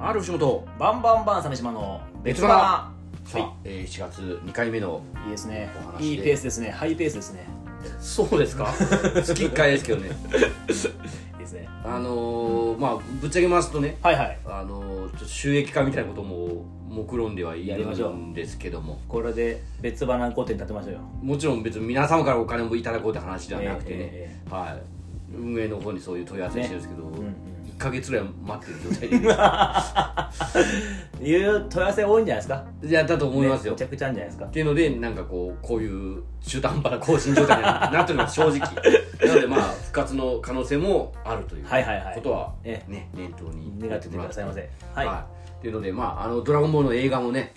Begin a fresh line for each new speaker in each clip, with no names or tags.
ある吉本
バンバンバン鮫島の
別
別
腹
腹
さあ、えー7月2回目の
いいですね
お話で
いいペースですねハイペースですね
そうですか 月1回ですけどね
いいですね
あのー、まあぶっちゃけますとね
はいはい
あのー、ちょっと収益化みたいなことも目論んではい
やり
る
ましょうん
ですけども
これで別腹御殿立てましょうよ
もちろん別に皆様からお金もいただこうって話ではなくてね、
え
はい運営の方にそういう問い合わせしてるんですけど、
うんうん
1か月ぐらい待ってる状態で
いう問い合わせ多いんじゃないですか
いやだと思いますよ、
ねめちゃくちゃあるんじゃないですか
っていうのでなんかこうこういう中途半端な更新状態になってるのが正 直なのでまあ復活の可能性もあるという
はいはいはい
ことは
ええ
ね念頭に
願っててくださいませはい、
っていうのでまああのドラゴンボールの映画もね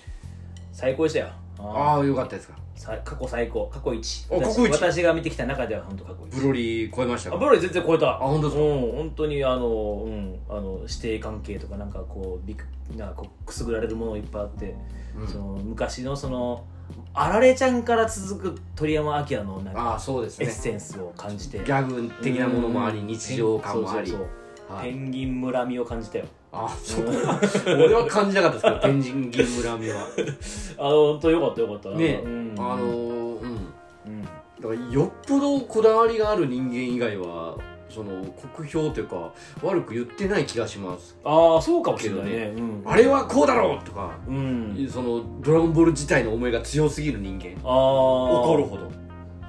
最高でしたよあ
ああよかったですか
ーさ過去最高過去一
あ過去
私
一
私が見てきた中では本当過去一
ブロリー超えました
あ
か
ブロリー全然超えたあ
本当ですか
うん本当にあのうんあの指定関係とかなんかこうびくなんかこうくすぐられるものいっぱいあって、
うん
その昔のそのあられちゃんから続く鳥山明のなんか
ああそうです
エッ
ね
センスを感じて
ギャグ的なものもあり
うん
日常感もあり
そうそうそう
はい
ペンギン村見を感じたよ
あそう俺は感じなかったですけど天神銀村見は
あの本当よかったよかった
ね
うん、
あのーうん
うん
だからよっぽどこだわりがある人間以外はその酷評というか悪く言ってない気がします
ああそうかもしれないね
け
うん、
あれはこうだろうとか、
うん
そのドラゴンボール自体の思いが強すぎる人間
ああ
怒るほど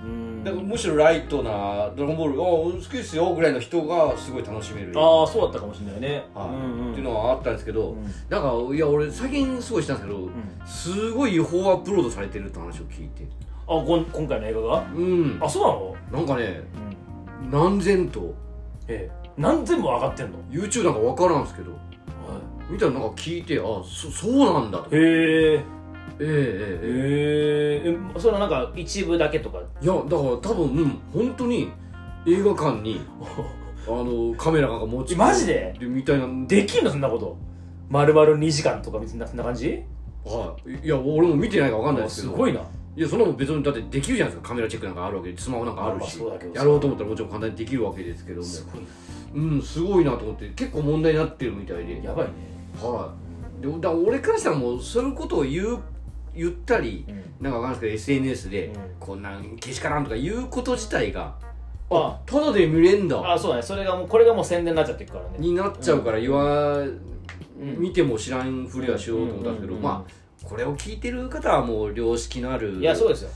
うん
だからむしろライトな「ドラゴンボール」あ好きですよぐらいの人がすごい楽しめる
ああそうだったかもしれないね、
はい
うんうん、
っていうのはあったんですけど、
うん
だからいや俺最近すごいしたんですけど、
ん
すごい違法アップロードされてるって話を聞いて
あこん今回の映画が
うん
あそう
なんかね
なの、うん、
何千と
ええ何千も上がってんの、
YouTube なんか分からんですけど
は
みたいななんか聞いてあそそうなんだと
い、へえ
えええええ
へええそれはなんか一部だけとか
えいやだから多分、うん、本当に映画館 にあのカメラが持ち込ん
マジで
みたいな
できんのそんなこと丸々2時間とかみたいなそんな感じ
はいいや俺も見てないから分かんないですけ
す
ど
ごいない
やそんなもん別にだってできるじゃないですかカメラチェックなんかあるわけでスマホなんかあるし、
まあまあそうだけど
やろうと思ったらもちろん簡単にできるわけですけども
すごいな
うんすごいなと思って結構問題になってるみたいで
やばいね
はいでだから俺からしたらもうそういうことを言う言ったり、
うん
なんかわかんないですけど SNS で、
うん
こんなんけしからんとか言うこと自体が
あ
ただで見れん
あ
だ
そうだねそれがもうこれがもう宣伝になっちゃってるからね
になっちゃうから言わ、
うん
見ても知らんふりはしようと思ったんですけど、
うんうんうんうん
まあこれを聞いてる方はもう良識のある
いやそうですよ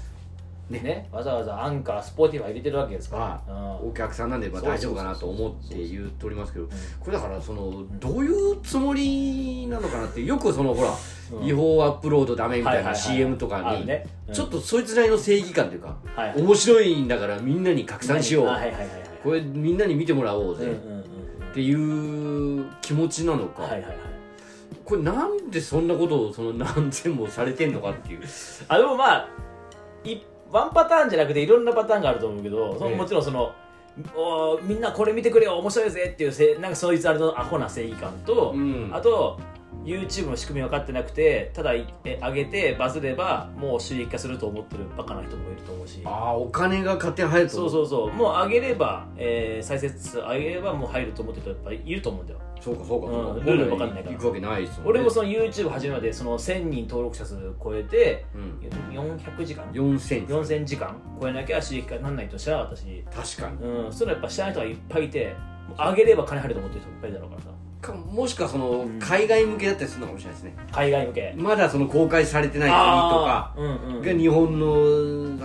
ね
ねわざわざアンカースポーティファ入れてるわけですか
はい
らうん
お客さんなんでまあ
そう
大丈夫かなと思って言っておりますけど
そう
これだからそのどういうつもりなのかなってよくそのほら
うん
違法アップロードダメみた
はいいはいは
ない CM とか
ある
に
ねうん
ちょっとそいつなりの正義感というか
はいはい
面白いんだからみんなに拡散しよう
あはいはいはいはい
これみんなに見てもらおう
うんう
ぜ
んうんうん
っていう気持ちなのか、
はいはいはい
これなんでそんなことをその何千もされてんのかっていう
あでもまあいワンパターンじゃなくていろんなパターンがあると思うけどその
ええ
もちろんその、おーみんなこれ見てくれよ面白いぜっていうせなんかそいつあれのアホな正義感と、
うん
あと YouTube の仕組み分かってなくてただいえ上げてバズればもう収益化すると思ってるバカな人もいると思うし
ああお金が勝手に入ると
そうそうそうもう上げれば、えー再生数上げればもう入ると思ってる人やっぱりいると思うんだよ
そうかそうかそう
うん
か、
ルールわかんないから
行くわけないですもんね
俺もその YouTube 始めまでその1000人登録者数超えて
うん、
400時間
4000
4000時間超えなきゃ刺激化なんないと知らなかったし、
確かに
うん、それやっぱ知らない人がいっぱいいてもう上げれば金入ると思ってる人いっぱいいるだろうからさ
かもしくはその
ん
海外向けだったりするのかもしれないですね、
海外向け
まだその公開されてない国と
あ
か
ーうんうん
が日本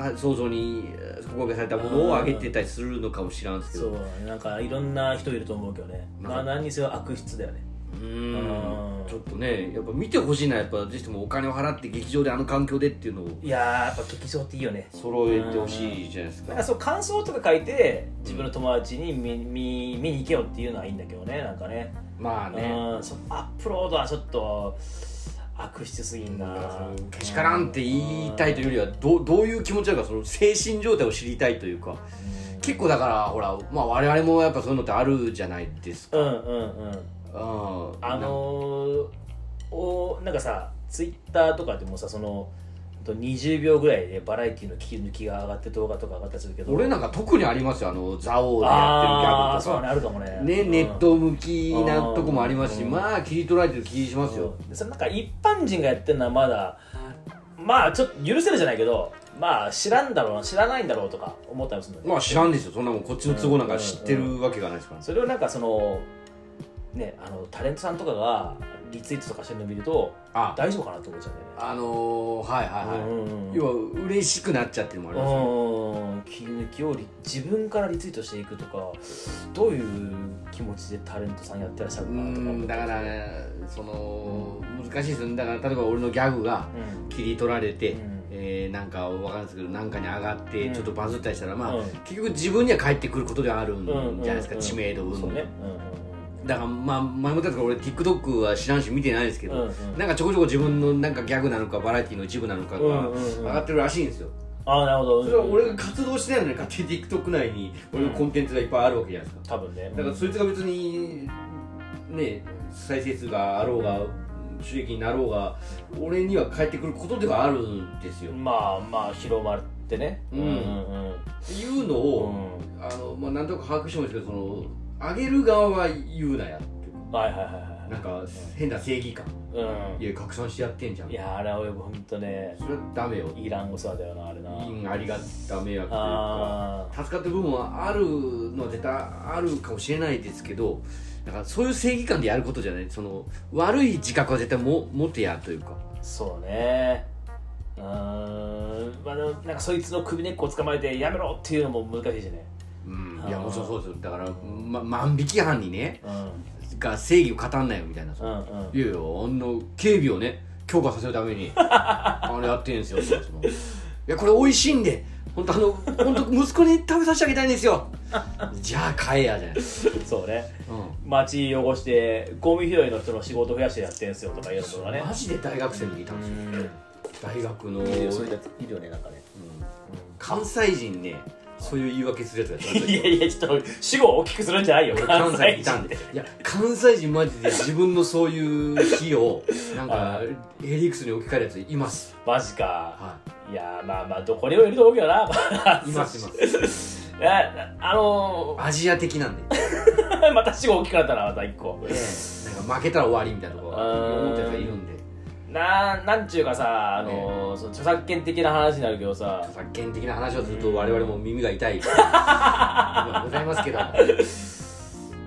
の想像にえー公開されたものを上げてたりするのかもしれないですけ
そ
ど
うだねなんかいろんな人いると思うけどね
なんか
まあ何にせよ悪質だよね
うー
あ
ん
ー
ちょっとねやっぱ見てほしいなやっぱぜひともお金を払って劇場であの環境でっていうのを
いやーやっぱ劇場っていいよね
揃えてほしいじゃないです
なんか
か
そう感想とか書いて自分の友達に見見見に行けよっていうのはいいんだけどねなんかね
まあね
うんそアップロードはちょっと悪質すぎん
だから
な
そのけしからんって言いたいというよりはどうどういう気持ちなのかその精神状態を知りたいというか結構だからほら、まあ、我々もやっぱそういうのってあるじゃないですか
うんうんうん
あ
あのー、おなんかさツイッターとかでもさそのと20秒ぐらいでバラエティの切り抜きが上がって動画とか上がったりするけど
俺なんか特にありますよあの「蔵王」でやっ
ああ
て
そう
るギャグと
だ
か
ねあるかもね
ね、
うん
ネット向きなとこもありますし、
うん
まあ切り取られてる気しますよ、
でそのなんか一般人がやってるのはまだまあちょっと許せるじゃないけどまあ知らんだろうな知らないんだろうとか思ったりするんだけど
まあ知らんですよそんなもんこっちの都合なんか知ってるわけがないですから、
それをなんかそのねあのタレントさんとかがリツイートとかしてるの見ると
あ
大丈夫かなって思っちゃうんだよね
あのー、はいはいはい、
うんうんうん
要は嬉しくなっちゃってるのもありますね
うん切り抜きをリ自分からリツイートしていくとかどういう気持ちでタレントさんやってらっしゃる
う
のかなとか思っ
ん
て
だから、ね、その難しいですよねだから例えば俺のギャグが切り取られて、
うん
えーなんかわかんないですけどなんかに上がって
うん
ちょっとバズったりしたら、まあ、
うん
結局自分には返ってくることではあるんじゃ
うん
ないですか、知名度
うんうん
云
そう
々
ね
だからまあ前も言ったから俺 TikTok は知らんし見てないですけ
うん
ど、
うんうん
なんかちょこちょこ自分のなんかギャグなのかバラエティの一部なのかが
うんうんう
上
ん
がってるらしいんですよ、
ああなるほど
それは俺が活動してないのに勝手に TikTok 内に俺のコンテンツがいっぱいあるわけじゃないですか
多分ね
だからそいつが別にね再生数があろうが収益になろうが俺には返ってくることではあるんですよ
まあまあ広まってね
うん
うん
っていうの
う
を、
ん
あのまあ、何とか把握してもいいですけどその上げる側は言うなやって
はいはいは
なんか変な正義感
いはい
いや拡散してやってんじゃ
うんんいやあれは俺ほんとね
それはダメよ
いらんごさだよなあれな
うんありがた迷惑というか
ああ
助かってる部分はあるのは絶対あるかもしれないですけどだからそういう正義感でやることじゃないその悪い自覚は絶対も持てやというか
そうねうーんまあでもなんかそいつの首根っこを捕まえてやめろっていうのも難しいしね
うん
あー
いやもちろんそうですよだから、ま、万引き犯にね
うん
が正義を語んないよみたいな、
うんうん
いやいやあの警備をね強化させるため にあれやってんすよそもそもいやこれ美味しいんで本当あの本当息子に食べさせてあげたいんですよじゃあ買えやじゃないですか、
そうね
うん
街汚してゴミ拾いの人の仕事増やしてやってんすよとかいうのがね
マジで大学生の時いたんですよ大学の、うん
いるよねなんかね
関西人ねそういう言い訳するやつが
いやいやちょっと主語を大きくするんじゃないよ
俺
関
関西
西
にい
人
たんでいや関西人マジで自分のそういう日をなんか
は
ヘリクスに置き換えるやついます
マジか
はい
やまあまあどこにもいると思うけどない
いますいます
ああの
アジア的なんで、
ー、また死後大きくなったなまた一個
なんか負けたら終わりみたいなとこ思ったやつがいるんで
ななんちゅうかさあのー、その著作権的な話になるけどさ
著作権的な話をすると我々も耳が痛 いではございますけども、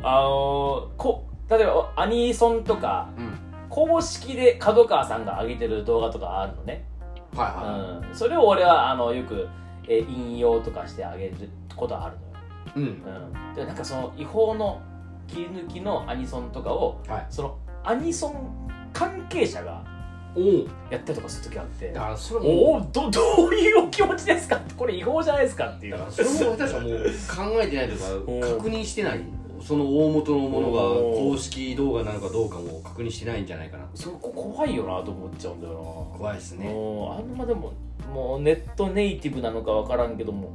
あのー、こ例えばアニソンとか
うん、
公式で角川さんが上げてる動画とかあるのね、
はいうは
ん、それを俺はあのよく、えー引用とかして上げることはある
いうん
のよ、うん、でなんかその違法の切り抜きのアニソンとかを
はい
そのアニソン関係者が
おう
やったりとかする時あって
だからそれも
おおど どういうお気持ちですかこれ違法じゃないですかっていう
だからそれも私はもう考えてないと
うん
いうか確認してないその大元のものが公式動画なのかどうかも確認してないんじゃないかな
そこ怖いよなと思っちゃうんだよ
怖いです
な、
ね
もうあんまでももうネットネイティブなのか分からんけども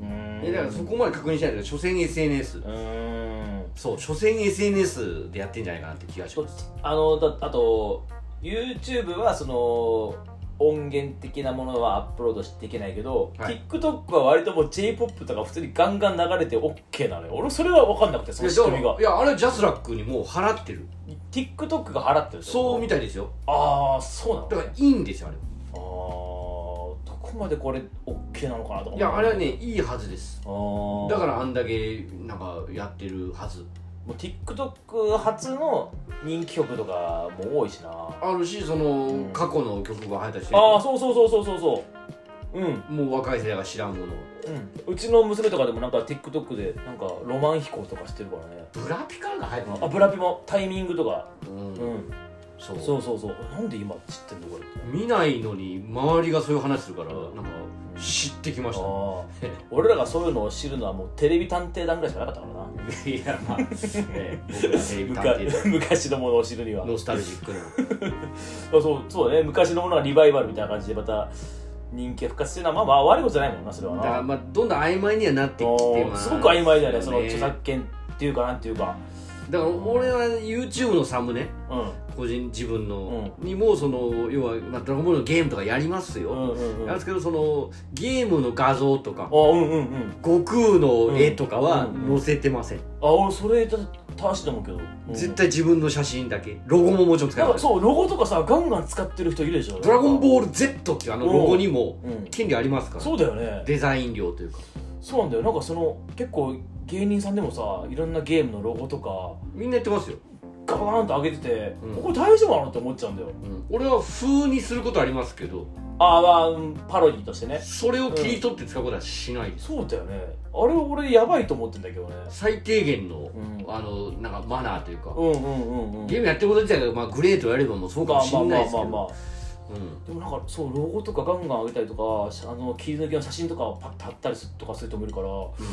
うーん
えだからそこまで確認してないけど所詮 SNS
うーん
そう所詮 SNS でやってんじゃないかなって気がし
そ
ま
う
す
あのだあと YouTube はその音源的なものはアップロードしていけないけど、
はい
TikTok は割ともう J−POP とか普通にガンガン流れて OK なのよ俺それは分かんなくてそ
い
の
や
仕
だ
組み
か
が
らいやあれはジャスラックにもう払ってる
TikTok が払ってる
そうみ
た
たいですよ
ああそうなの
だからいいんですよあれ
あーどこまでこれ OK なのかなとか思う
いやあれはねいいはずです
あー
だからあんだけなんかやってるはず
もう TikTok 初の人気曲とかも多いしなあ
あるしその過去の曲が入ったりして
あーそうそうそうそうそうそううん、
もう若い世代が知らんもの
うん、うちの娘とかでもなんか TikTok でなんかロマン飛行とかしてるからね
ブラピカが入る
あブラピもタイミングとか
うん
うん
そう
そうそうそうなんで今知ってんのこれって
見ないのに周りがそういう話するから
うん
なんか知ってきま
あ
した
ー俺らがそういうのを知るのはもうテレビ探偵団ぐらいしかなかったからない
やまあ、ね、僕らテレビ探偵
昔 昔のものを知るには
のノスタルジックな
そうそうそうだね昔のものがリバイバルみたいな感じでまた人気が復活してるのはまあまあ悪いことじゃないもんなそれはな
だからまあどんどん曖昧にはなってきて
おー
ます
ごく曖昧だよねその
ね
著作権っていうかなんていうか
だから俺は YouTube のサムネ
うん
個人自分の、にもその要はまあドラゴンボールのゲームとかやりますよ、
うんうんう
な
ん
ん
あ
ですけどそのゲームの画像とか
うんうんうん
悟空の絵とかは
うんうんうん
載せてません、
あ俺それだ正しいと思うけど、うん
絶対自分の写真だけロゴももちろん使い
なん
ま
か
す
そうロゴとかさガンガン使ってる人いるでしょ
ドラゴン
ー
ボール Z っていうあのロゴにも
ル、うん、
権利ありますから
そうだよね
デザイン料というか
そうなんだよなんかその結構芸人さんでもさいろんなゲームのロゴとか
みんなやってますよ、
ガバーンと上げてて、
うん
ここ大丈夫なのって思っちゃうんだよ
うん俺は風にすることありますけど
ああまあうんパロディとしてね
それを切り取って使うことはしないです、
そうだよねあれ俺やばいと思ってんだけどね
最低限の
うん
あのなんかマナーというか、
うんうんうんうん
ゲームやってること自体が、まあ、グレーと言われればもうそうか
ま
も
あ
し
まあ
れ
ま
ない
あ
です
ま
け
あまあ
どうん
でもなんかそうロゴとかガンガン上げたりとかしあの切り抜きの写真とかをパッと貼ったりするとかすると思うからこ
うん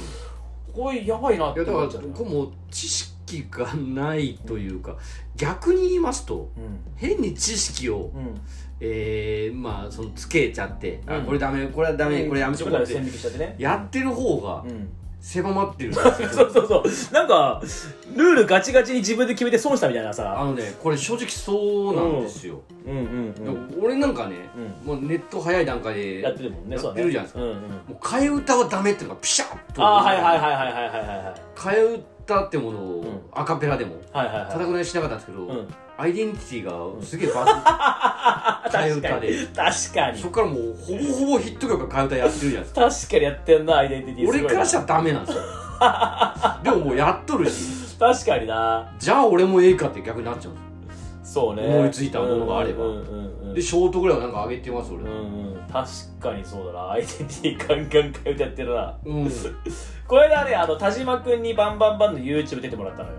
れやばいないっ
やだ
て
か
思
ら
っちゃうね
僕も知識がないというか、逆に言いますと
うん
変に知識を、
うん
えーまあそのつけちゃって、あ
うん
これダメこれはダメ、これやめとこうっ
自分らで線
て
引きしちゃってね
やってる方が
うん
狭まってるんです
そ
よ
うそうそうなんかルールガチガチに自分で決めて損したみたいな
あ
さ
のねこれ正直そうなんですよ、
うんうんう
で
ん
も俺なんかね、
う
もうネット早い段階で
やってるもんね
やってるじゃないです
かうんうん
もう替え歌はダメっていうのがピシャッと
ああはいはいはいはいはいはいはいはい
替え歌ってものを、
ん
アカペラでも
はいはいはい
叩くなりしなかったんですけど、
うん
アイデンティティがすげえバズ って
あ
替え
確
歌
か
で
に確かに
そっからもうほぼほぼヒット曲が替え歌やってるじゃないですか
確かにやってんなアイデンティティすごい
俺
な
からしたらダメなん ですよでももうやっとるし
確かにな
じゃあ俺もええかって逆になっちゃうんで
そうね
思いついたものがあれば
うんうんうんうん
すでショートぐらいはなんか上げてます俺
う、んうん確かにそうだなアイデンティティガンガン替え歌やってるな
うん、
これであれあの田島君にバンバンバンの YouTube 出てもらったのよ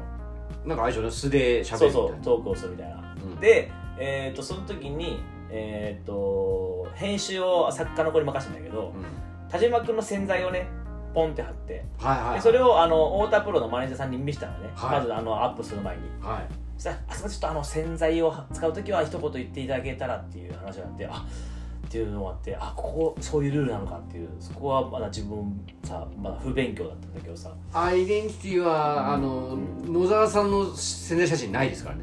なんか相性ね素で喋るみた
そ
いうな
そうトークをするみたいな
うん
で、えー、とその時に、えー、と編集を作家の子に任せたんだけ
う
ど
ん
田島君の洗剤をねポンって貼って
はいはい
でそれをあの太田プロのマネージャーさんに見せたのね、
はい
まずあのアップする前に
はい
さあすいませんちょっとあの洗剤を使う時は一言言っていただけたらっていう話があってあっていうのがあってあここそういうルールなのかっていうそこはまだ自分さまだ不勉強だったんだけどさ
アイデンティティはあの野沢さんの宣伝写真ないですからね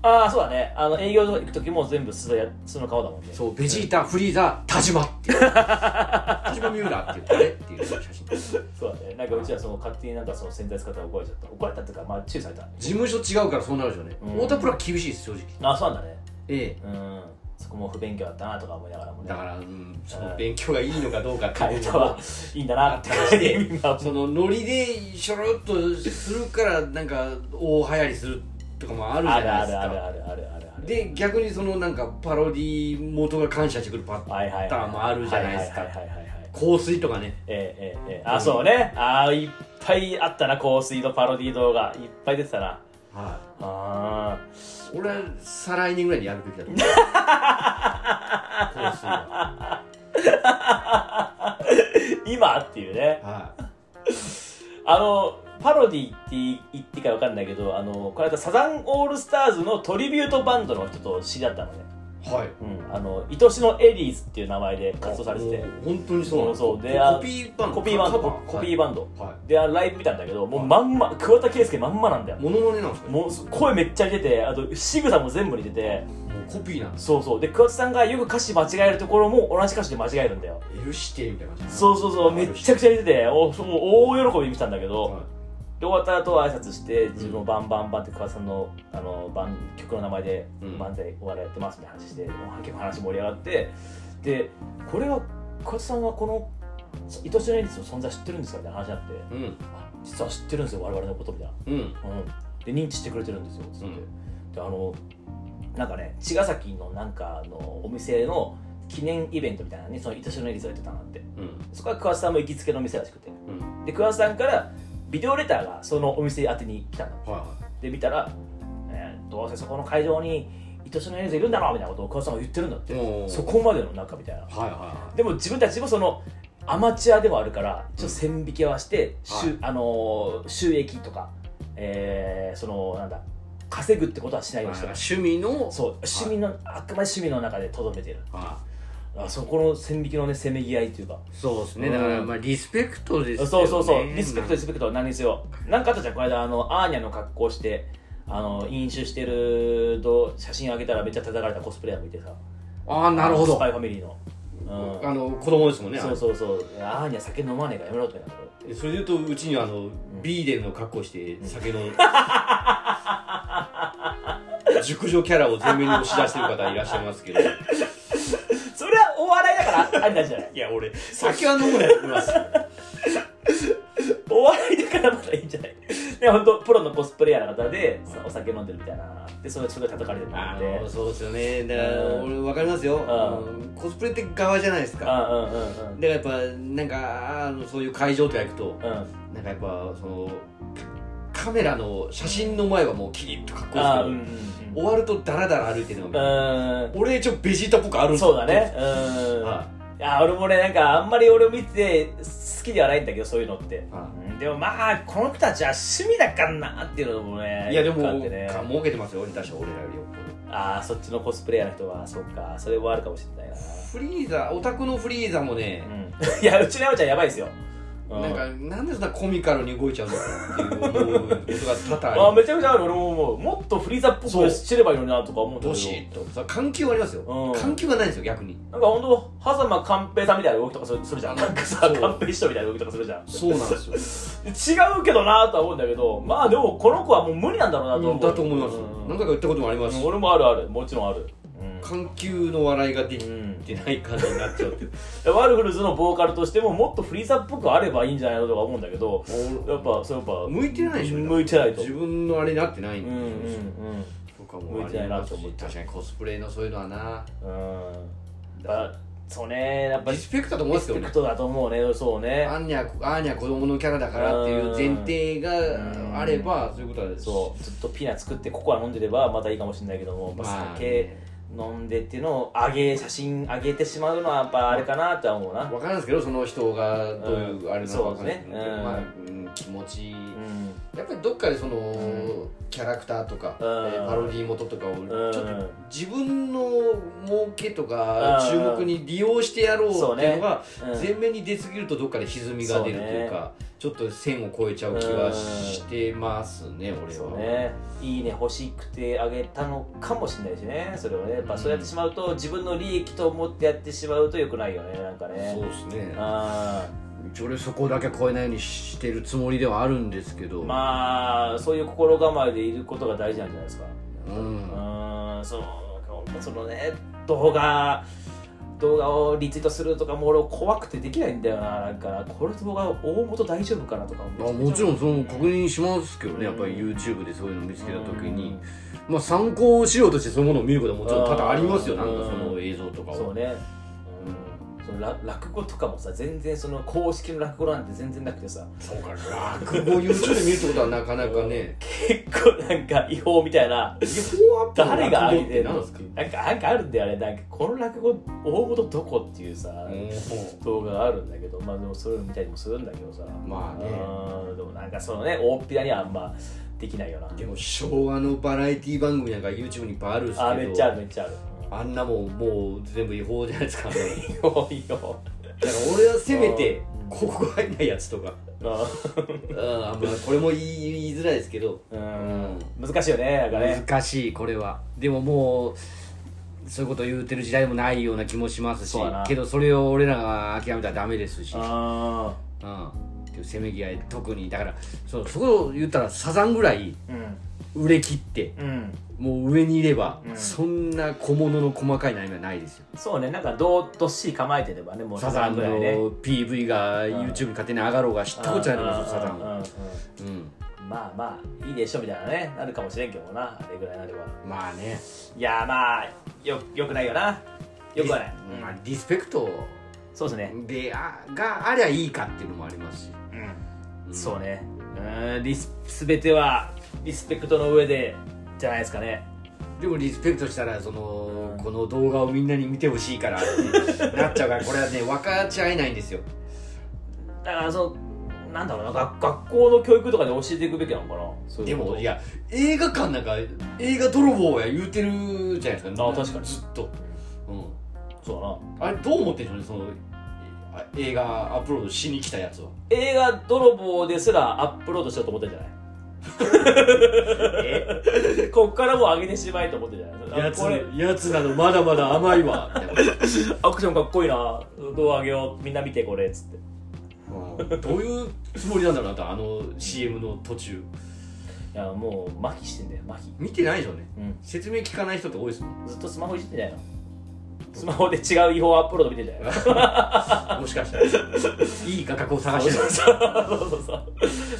ああそうだねあの営業とか行く時も全部素のや素の顔だもんね
そうベジータフリーザ田島っていう 田島三浦っていう誰っていう写真
そうだね、なんかうちはその勝手になんかその洗剤使ったら怒られちゃった怒られたっていうかまあ注意された
事務所違うからそうなるでしょうね
うん
太田プロは厳しいです正直
あそうなんだね
ええ
うんそこも不勉強だったなとか思いながらもね
だから、うん、その勉強がいいのかどうかって
替え
いうの
歌
は
はいいんだなって感じ でみんな
そのノリでしょろっとするからなんか大流行りするとかもあるじ
あ
ゃ
る
ないで
あ
す
る
か
あるあるあるあるある
で逆にそのなんかパロディ元が感謝してくるパタ
はいはい
ーンもあるじゃないですか
はいはいはいはいはい
香水とかね
ええええええあそうねああいっぱいあったな香水のパロディ動画いっぱい出てたな
は
あ
い俺は再来年ぐらいにやるべきだと思う香水は
ー今っていうね
はい
あのパロディって言っていいか分かんないけどあのこの間サザンオールスターズのトリビュートバンドの人と知り合ったのね、
はい
うん、あの愛しのエリーズっていう名前で活動されてて
もう本当にそうなんです
そうそうであ
コピーバンド
コピーバンド
カバ
コピーバンド、
はいは
であのライブ見たんだけどもうまんま桑田佳祐まんまなんだよ
いモノマネなんですかね
もう声めっちゃ似ててあと仕草も全部似てて
もうコピーなんです
そうそうで桑田さんがよく歌詞間違えるところも同じ歌詞で間違えるんだよ
許してみたいな感じ
そうそうそうめっちゃくちゃ似てておそう大喜びに見たんだけど、
は
で終わった後挨拶して自分をバンバンバンって桑田さんのあのバン曲の名前で
うん
漫才お笑いやってますみたいな話して、もう結構話盛り上がってでこれは桑田さんはこの愛しのエリスの存在知ってるんですかみたいな話になって
いうん
あ実は知ってるんですよ我々のことみたい
うん
な、うん、で認知してくれてるんですよつって、
うん
であのなんかね茅ヶ崎のなんかのお店の記念イベントみたいなのにその愛しのエリスがやってたなって
うん
そこは桑田さんも行きつけの店らしくて
うん
で桑田さんからビデオレターがそのお店宛てに来たの
はいはい
で見たら、えーどうせそこの会場に愛しのエリーズいるんだろうみたいなことを桑田さんが言ってるんだって
もう
そこまでの中みたいな
はいはいは
でも自分たちもそのアマチュアでもあるから一応線引きはして、
は
収
い
あのー収益とか、えーそのなんだ稼ぐってことはしない
い
ようにしてます
趣味の
そう趣味の、あくまで趣味の中でとどめてる
は
あそこの線引きのねせめぎ合いというか
そうですね、
うん
だからまあリスペクトですよね
そうそうそう、リスペクトリスペクト何にせよなんかあったじゃんこの間あのアーニャの格好をしてあの飲酒してると写真あげたらめっちゃ叩かれたコスプレイヤーもいてさ
ああなるほ
ス
ど
パイファミリーの、うん
あの子供ですもんね
そうそうそうアーニャ酒飲まねえからやめろってなった
あれそれで言うとうちにはあの、ビーデンの格好して酒の、熟女キャラを前面に押し出してる方いらっしゃいますけどい
それはお笑いだからありなんじゃない
や俺酒は飲むのやってますよ
お笑いだからまだいいんじゃないで本当プロのコスプレイヤーの方でさお酒飲んでるみたいなでそれすごい叩かれてる
あ
んで
のそうですよねだから
うん
俺分かりますよ、
う
コスプレって側じゃないですか
うんうんうん
だからやっぱなんかあのそういう会場とか行くと
うんうん
なんかやっぱそのカカメラの写真の前はもうキリッとかっこいいです
あ
けど、
ーうんうん
終わるとダラダラ歩いてるの
う
が、
んうん
俺一応ベジータっぽくあるんですよ
そうだねうん、
はい
や俺もねなんかあんまり俺を見て好きではないんだけどそういうのって、
は
うんでもまあこの人たちは趣味だからなっていうのもね
い、いやで
よくあ
も、
ってね
か儲けてますよ俺たちは俺らよりよっぽど
ああそっちのコスプレイヤーの人はそっかそれはあるかもしれないな
フリーザオタクのフリーザもね、
うんいやうちの山ちゃんやばいですよ、うん
なんかなんでそんなコミカルに動いちゃうんだろうっていう思うことが多々あ
あ
る
めちゃくちゃある俺も思うもっとフリーザっぽ
そう
くしてればいいのになとか思う
どしっとさ環境ありますよ、
うん
環境がないんですよ逆に
なんか本当狭間寛平さんみたいな動きとかするするじゃんなんかさ
そう
寛平師匠みたいな動きとかするじゃ ん
そうなんですよ
違うけどなとは思うんだけどまあでもこの子はもう無理なんだろうなと思う、
だと思います、
うん
何回か言ったこともありますし、
うん俺もあるあるもちろんあるうん
環境の笑いができ
うん
てない感じになっちゃうっていう
ワルフルズのボーカルとしてももっとフリーザっぽくあればいいんじゃないのとか思うんだけどやっぱそれやっぱ
向いてないでしょ
向いてないと
自分のあれになってないん
う
で
んうん
とかもあ
向いてな
り
いな
ま
と
す
思っ
して確かにコスプレのそういうのはな
うんうんやっぱそうねやっぱ
リスペクトだと思いますけど
リス
ね
ペクトだと思うねそうね
アーニャアーニャ子供のキャラだからっていう前提
うん
があればそういうことは
そうずっとピーナッツ食ってココア飲んでればまだいいかもしれないけども、まあ、
まあ
酒
ね
飲んでっていうのを上げ写真上げてしまうのはやっぱあれかなって思うな
わからんですけどその人がどういうあれなのかわかんないけど
そうですねうん
まあうん気持ち
うん
やっぱりどっかでそ
ん
のキャラクターとかえ
うん
ーパロディ元とかを
うん
ちょっと自分の儲けとか注目に利用してやろうっていうのが
そうねうん
前面に出すぎるとどっかで歪みが出るというかちょっと線を越えちゃう気はしてますね俺
そう
は。
ねいいね欲しくてあげたのかもしれないしねそれをねやっぱそうやってしまうと自分の利益と思ってやってしまうとよくないよねなんかね
そうですね
あ
一応俺そこだけ超えないようにしてるつもりではあるんですけど、
ーまあそういう心構えでいることが大事なんじゃないですか
うん
うーんそのそのね動画動画をリツイートするとかも俺怖くてできないんだよななんかこれ動画大元大丈夫かなとか
あもちろんその確
認
認しますけどね、やっぱり YouTube でそういうの見つけた時に、まあ、参考資料としてそういうものを見ることはもちろん多々ありますよ
うん
なんかその映像とか
そう
を、
ね、うん、そのら落語とかもさ全然その公式の落語なんて全然なくてさ
そうか落語 YouTube で見るってことはなかなかね
結構なんか違法みたいな誰が上げてんの
なん
な
で
ん
すか
かなんかあるんだよねなんかこの落語大元どこっていうさ、動画があるんだけどまあでもそれを見たりもするんだけどさ
まあね
うんでもなんかそのね大っぴらにはあんまできないよな
でも昭和のバラエティ番組なんか YouTube にいっぱいあるんですけど
あめっちゃあるめっちゃある
あんなもんもう全部違法じゃないですか、
いいよいいよ
だから俺はせめて
うん
ここが入んないやつとか、
う
うん、あんまこれも言い言いづらいですけど、
んうん難しいよねなんかね
難しいこれはでももうそういうこと言うてる時代もないような気もしますし
そうやな
けどそれを俺らが諦めたらダメですし、うん、っ
あ
ていうせめぎ合い特にだからそうそこを言ったらサザンぐらい
ーうん
売れ切って
うん
もう上にいれば、
うん
そんな小物の細かい悩みはないですよ
そうねなんかどうどっしり構えてればねもう
サザンの
ぐらいね
PV が YouTube に勝手に上がろうが知ったことじゃないのかサザ
うんうん
ン
う
うん
んまあまあいいでしょみたいなねなるかもしれんけどなあれぐらいなれば
まあね
いやまあよよくないよなよくはない、
リスま
う
あ
ん、
リスペクト
そうですね
であがありゃいいかっていうのもありますし
うんん、そうねうんリス全てはリスペクトの上でじゃないですかね
でもリスペクトしたらその、
うん
この動画をみんなに見てほしいからってなっちゃうからこれは ね分かち合えないんですよ
だからそのなんだろうな学学校の教育とかで教えていくべきなのかなそうい
で
うこと
もいや映画館なんか映画泥棒や言うてるじゃないですか
あ確かに
ずっと、うん、
そうだ
あ
な
れどう思ってんでしょうねそのあ映画アップロードしに来たやつは
映画泥棒ですらアップロードしようと思ってんじゃ ない
え
こっからもう上げてしまえと思ってんじゃない
や
あ
つ
これ
やつなのまだまだ甘いわみたいな
アクションかっこいいなどう上げようみんな見てこれっつって
うん どういうつもりなんだろうなとあの CM の途中
いやもう麻痺してんだよ麻痺
見てないでしょうね
うん
説明聞かない人って多いですもん
ずっとスマホいじってんじゃないのスマホで違う違法アップロード見てんじゃないの
もしかしたらいい画角を探してる
そうそうそうだ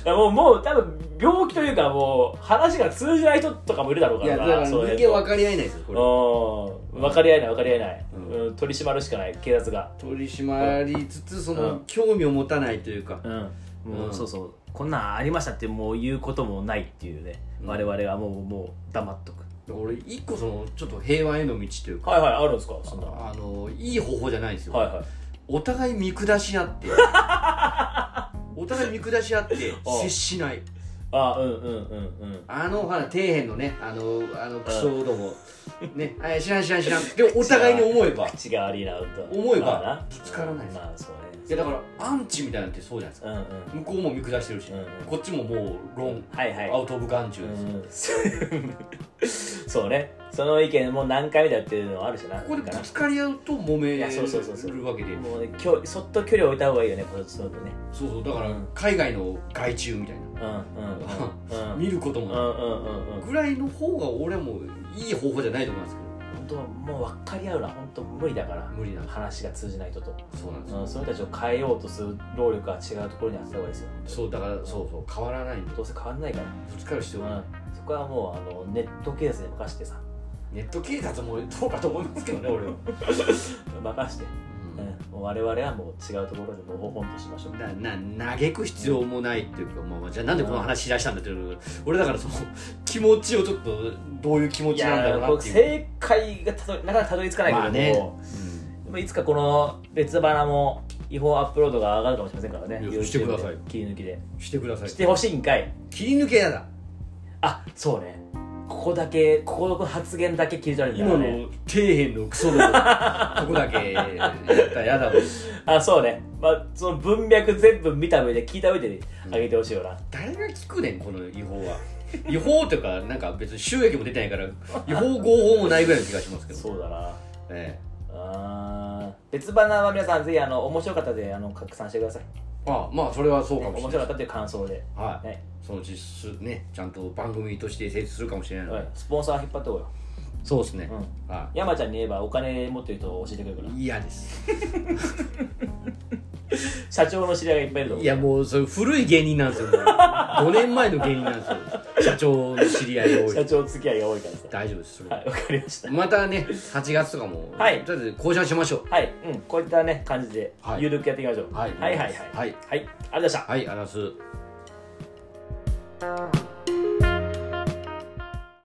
からもうもう多分病気というかもう話が通じない人とかもいるだろうか
いや
ら
だ
な
から
そ
人
ういう
間分かり合えないですよこれ
うん分かり合えない分かり合えない、
うん
うん取り締まるしかない警察が
取り締まりつつそうの
ん
興味を持たないというか
うんもう、
うん
そうそうこんなんありましたってもう言うこともないっていうね、
うん
我々はもうもう黙っとく
俺一個そのちょっと平和への道というか
はいはいあるんですかそんなは
あのいい方法じゃないんです
い
よ
は
お互い見下し合って お互い見下し合って
あ
接しない
いあうんうんうんうん
あのほら底辺のねあのあのクソどもねあ知らん知らん知 らんでもお互いに思えば
口が悪いなと
思えば
まあな
ぶつからないです
まあそうね
いやだからアンチみたいなのってそうじゃないですか
うんう
向
ん
こうも見下してるし、
うんうん
こっちももう論、
はいはい
アウト・オブ・眼中ですよ、
そうねその意見もう何回目だっていうのはあるしな
ここで
な
ぶ
んか
つかり合うと揉め
いやそうそうそうそう
るわけで
なもうね距離そっと距離を置いた方がいいよねこれそうとね
そうそうだから海外の害虫みたい
うん うん
な、
うん
見ることも
うんう
ない、
んうんうん
ぐらいの方が俺はもういい方法じゃないと思いますけ
本当もう分かり合うのは本当無理だから
ど無理な
話が通じない人と、
そうなんですよ、
うん、その人たちを変えようとする労力が違うところに当てた方がいいですよ
そうだからそうそう変わらないんで
どうせ変わんないから、
ぶつかる必要がない、
うん、そこはもうあのネット警察に任せてさ
ネット警察もどうかと思いますけどね俺 は、
任して、うん、もう我々はもう違うところでもうほほんとしましょう
なな嘆く必要もないっていうか、まあ、じゃあなんでこの話しだしたんだっていう俺だからその気持ちをちょっとどういう気持
い
ちなんだ
や
ろう
ー
な
こ
っ
う
ていう
正解がたどりなかなかたどり着かないけども、
まあね
でもいつかこの別花も違法アップロードが上がるかもしれませんからね
いや
YouTube で
してください
切り抜きで
してください
してほしいんかい
切り抜けやだ
あそうねここだけここの発言だけ切り取られる
今
んだ
の
よね
底辺のクソ のここだけやったらやだもん
あそうねまあその文脈全部見た上で聞いた上で上げてほしいよな、
誰が聞くねんこの違法は違法というかなんか別に収益も出てないから違法合法もないぐらいの気がしますけど、
そうだな
え
あー別花は皆さんぜひあの面白かったであの拡散してください、
え、あまあそれはそうかもし
面
れ
白
な
か
い
ったという感想で、
はい、
はい
そのうちすねちゃんと番組として成立するかもしれないので、
はい、スポンサー引っ張ってこいよ
そうですね、
うん
は
山ちゃんに言えばお金持ってる人教えてくれるから
い嫌です
社長の知り合いがいっぱいいると思
いうやもうそれ古い芸人なんです よ5年前の芸人なんですよ社長の知り合いが多
社
い
長付き合いが多いからさ
大丈夫ですそれは
はいわかりました
またね8月とかも、
はい
とりあえず交渉しましょう
はい、うん、こういったね感じで
はい
ゆるくやっていきましょう、
はい
はいはいはい
はい
はいありがとうございました
はいあらす